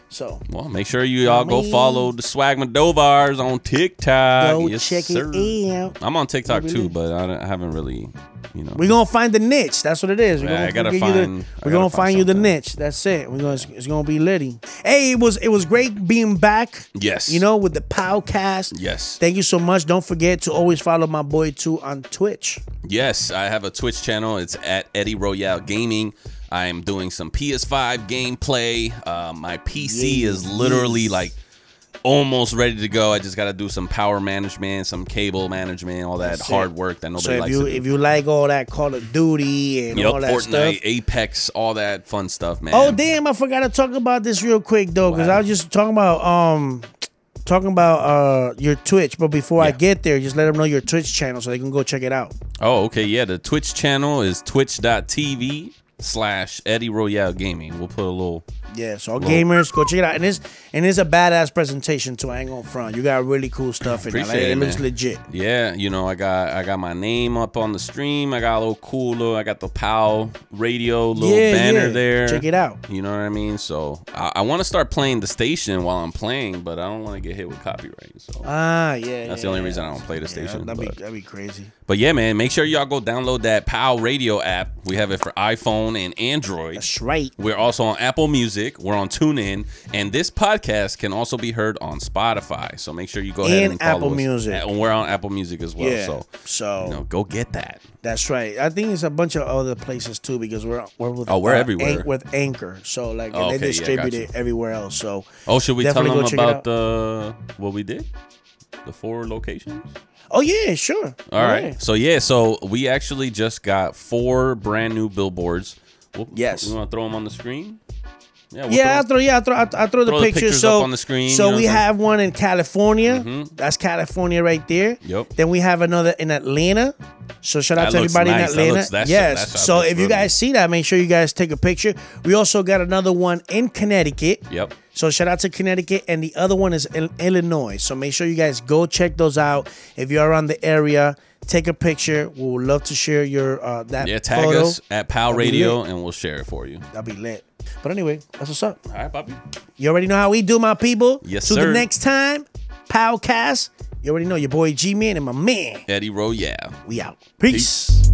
Speaker 1: so
Speaker 2: Well, make sure you all go
Speaker 1: mean-
Speaker 2: follow the Swag Madovars on TikTok.
Speaker 1: go
Speaker 2: Yes,
Speaker 1: check
Speaker 2: sir.
Speaker 1: it out.
Speaker 2: I'm on TikTok
Speaker 1: Really?
Speaker 2: too, but I, don't- I haven't really, you know.
Speaker 1: We're gonna find the niche. That's what it is. We're gonna
Speaker 2: Yeah, I gotta
Speaker 1: give you the-
Speaker 2: find- I
Speaker 1: we're
Speaker 2: gotta
Speaker 1: gonna
Speaker 2: find
Speaker 1: find you the
Speaker 2: something.
Speaker 1: niche. That's it. We're gonna. It's, it's gonna be litty. Hey, it was it was great being back.
Speaker 2: yes.
Speaker 1: You know, with the podcast.
Speaker 2: Yes.
Speaker 1: Thank you so much. Don't forget to always follow my boy too on Twitch.
Speaker 2: Yes, I have a Twitch channel. It's at Eddie Royale Gaming. I am doing some PS5 gameplay. Uh, my PC
Speaker 1: Yeah,
Speaker 2: is literally
Speaker 1: yes.
Speaker 2: like almost ready to go. I just got to do some power management, some cable management, all that
Speaker 1: That's it.
Speaker 2: hard work that nobody
Speaker 1: So if
Speaker 2: likes
Speaker 1: you
Speaker 2: to do.
Speaker 1: if you like all that Call of Duty and
Speaker 2: Yup,
Speaker 1: all that
Speaker 2: Fortnite,
Speaker 1: stuff,
Speaker 2: Apex, all that fun stuff, man.
Speaker 1: Oh damn! I forgot to talk about this real quick though, because I was just talking about um, talking about uh your Twitch. But before I
Speaker 2: Yeah.
Speaker 1: get there, just let them know your Twitch channel so they can go check it out.
Speaker 2: Oh, okay. Yeah, the Twitch channel is twitch.tv slash Eddie Royale Gaming. We'll put a little
Speaker 1: Yeah, so all gamers, go check it out. And it's and it's a badass presentation too. I ain't gonna front. You got really cool stuff in there. Like,
Speaker 2: Appreciate
Speaker 1: it
Speaker 2: it,
Speaker 1: looks
Speaker 2: man.
Speaker 1: legit.
Speaker 2: Yeah, you know, I got I got my name up on the stream. I got a little cool little I got the POW radio little
Speaker 1: Yeah,
Speaker 2: banner
Speaker 1: yeah.
Speaker 2: there.
Speaker 1: Check it out.
Speaker 2: You know what I mean? So I, I want to start playing the station while I'm playing, but I don't want to get hit with copyright. So
Speaker 1: Ah, yeah.
Speaker 2: that's
Speaker 1: yeah,
Speaker 2: the only
Speaker 1: yeah.
Speaker 2: reason I don't play the
Speaker 1: Yeah,
Speaker 2: station.
Speaker 1: that'd, be,
Speaker 2: but,
Speaker 1: that'd be crazy.
Speaker 2: but yeah, man, make sure y'all go download that POW radio app. We have it for iPhone and Android.
Speaker 1: That's right.
Speaker 2: We're also on Apple Music. We're on TuneIn, and this podcast can also be heard on Spotify. So make sure you go ahead
Speaker 1: And
Speaker 2: and, follow
Speaker 1: Apple
Speaker 2: us.
Speaker 1: Music.
Speaker 2: and we're on Apple Music as well.
Speaker 1: Yeah.
Speaker 2: So
Speaker 1: So
Speaker 2: you know, go get that.
Speaker 1: that's right. I think it's a bunch of other places too because we're we're with
Speaker 2: Oh, we're
Speaker 1: uh,
Speaker 2: everywhere.
Speaker 1: Anch- with Anchor. So like and
Speaker 2: Oh,
Speaker 1: they
Speaker 2: okay, yeah,
Speaker 1: distribute
Speaker 2: gotcha.
Speaker 1: it everywhere else. So
Speaker 2: Oh, should we
Speaker 1: Definitely
Speaker 2: tell
Speaker 1: go
Speaker 2: them
Speaker 1: check it out.
Speaker 2: about the what we did? The four locations?
Speaker 1: oh yeah, sure.
Speaker 2: All right.
Speaker 1: Yeah.
Speaker 2: So yeah, so we actually just got four brand new billboards. We'll,
Speaker 1: Yes.
Speaker 2: You want to throw them on the screen? Yeah. we'll
Speaker 1: Yeah, I
Speaker 2: throw
Speaker 1: throw yeah, I throw I, I throw the
Speaker 2: Throw the
Speaker 1: pictures,
Speaker 2: pictures
Speaker 1: so
Speaker 2: up on the screen,
Speaker 1: So
Speaker 2: you know
Speaker 1: we
Speaker 2: what I'm saying? Mm-hmm.
Speaker 1: have one in California. That's California right there.
Speaker 2: Yep.
Speaker 1: Then we have another in Atlanta. So shout out
Speaker 2: That
Speaker 1: to
Speaker 2: looks
Speaker 1: everybody
Speaker 2: nice.
Speaker 1: in
Speaker 2: That
Speaker 1: Atlanta.
Speaker 2: looks- that's-
Speaker 1: yes.
Speaker 2: that's- that
Speaker 1: so
Speaker 2: looks
Speaker 1: if you
Speaker 2: really
Speaker 1: guys see that, make sure you guys take a picture. We also got another one in Connecticut.
Speaker 2: Yep.
Speaker 1: So shout out to Connecticut, and the other one is in Illinois. So make sure you guys go check those out. If you're around the area, take a picture. We would love to share your uh, that
Speaker 2: Yeah, tag
Speaker 1: photo.
Speaker 2: us at Pal
Speaker 1: That'd be
Speaker 2: Radio, and we'll share it for you.
Speaker 1: That'd be lit. But anyway, that's what's up.
Speaker 2: All right, Bobby.
Speaker 1: You already know how we do, my people.
Speaker 2: Yes,
Speaker 1: Till the
Speaker 2: sir.
Speaker 1: next time, Powcast. You already know your boy G Man and my man.
Speaker 2: Eddie Royale.
Speaker 1: We out. Peace.
Speaker 2: Peace.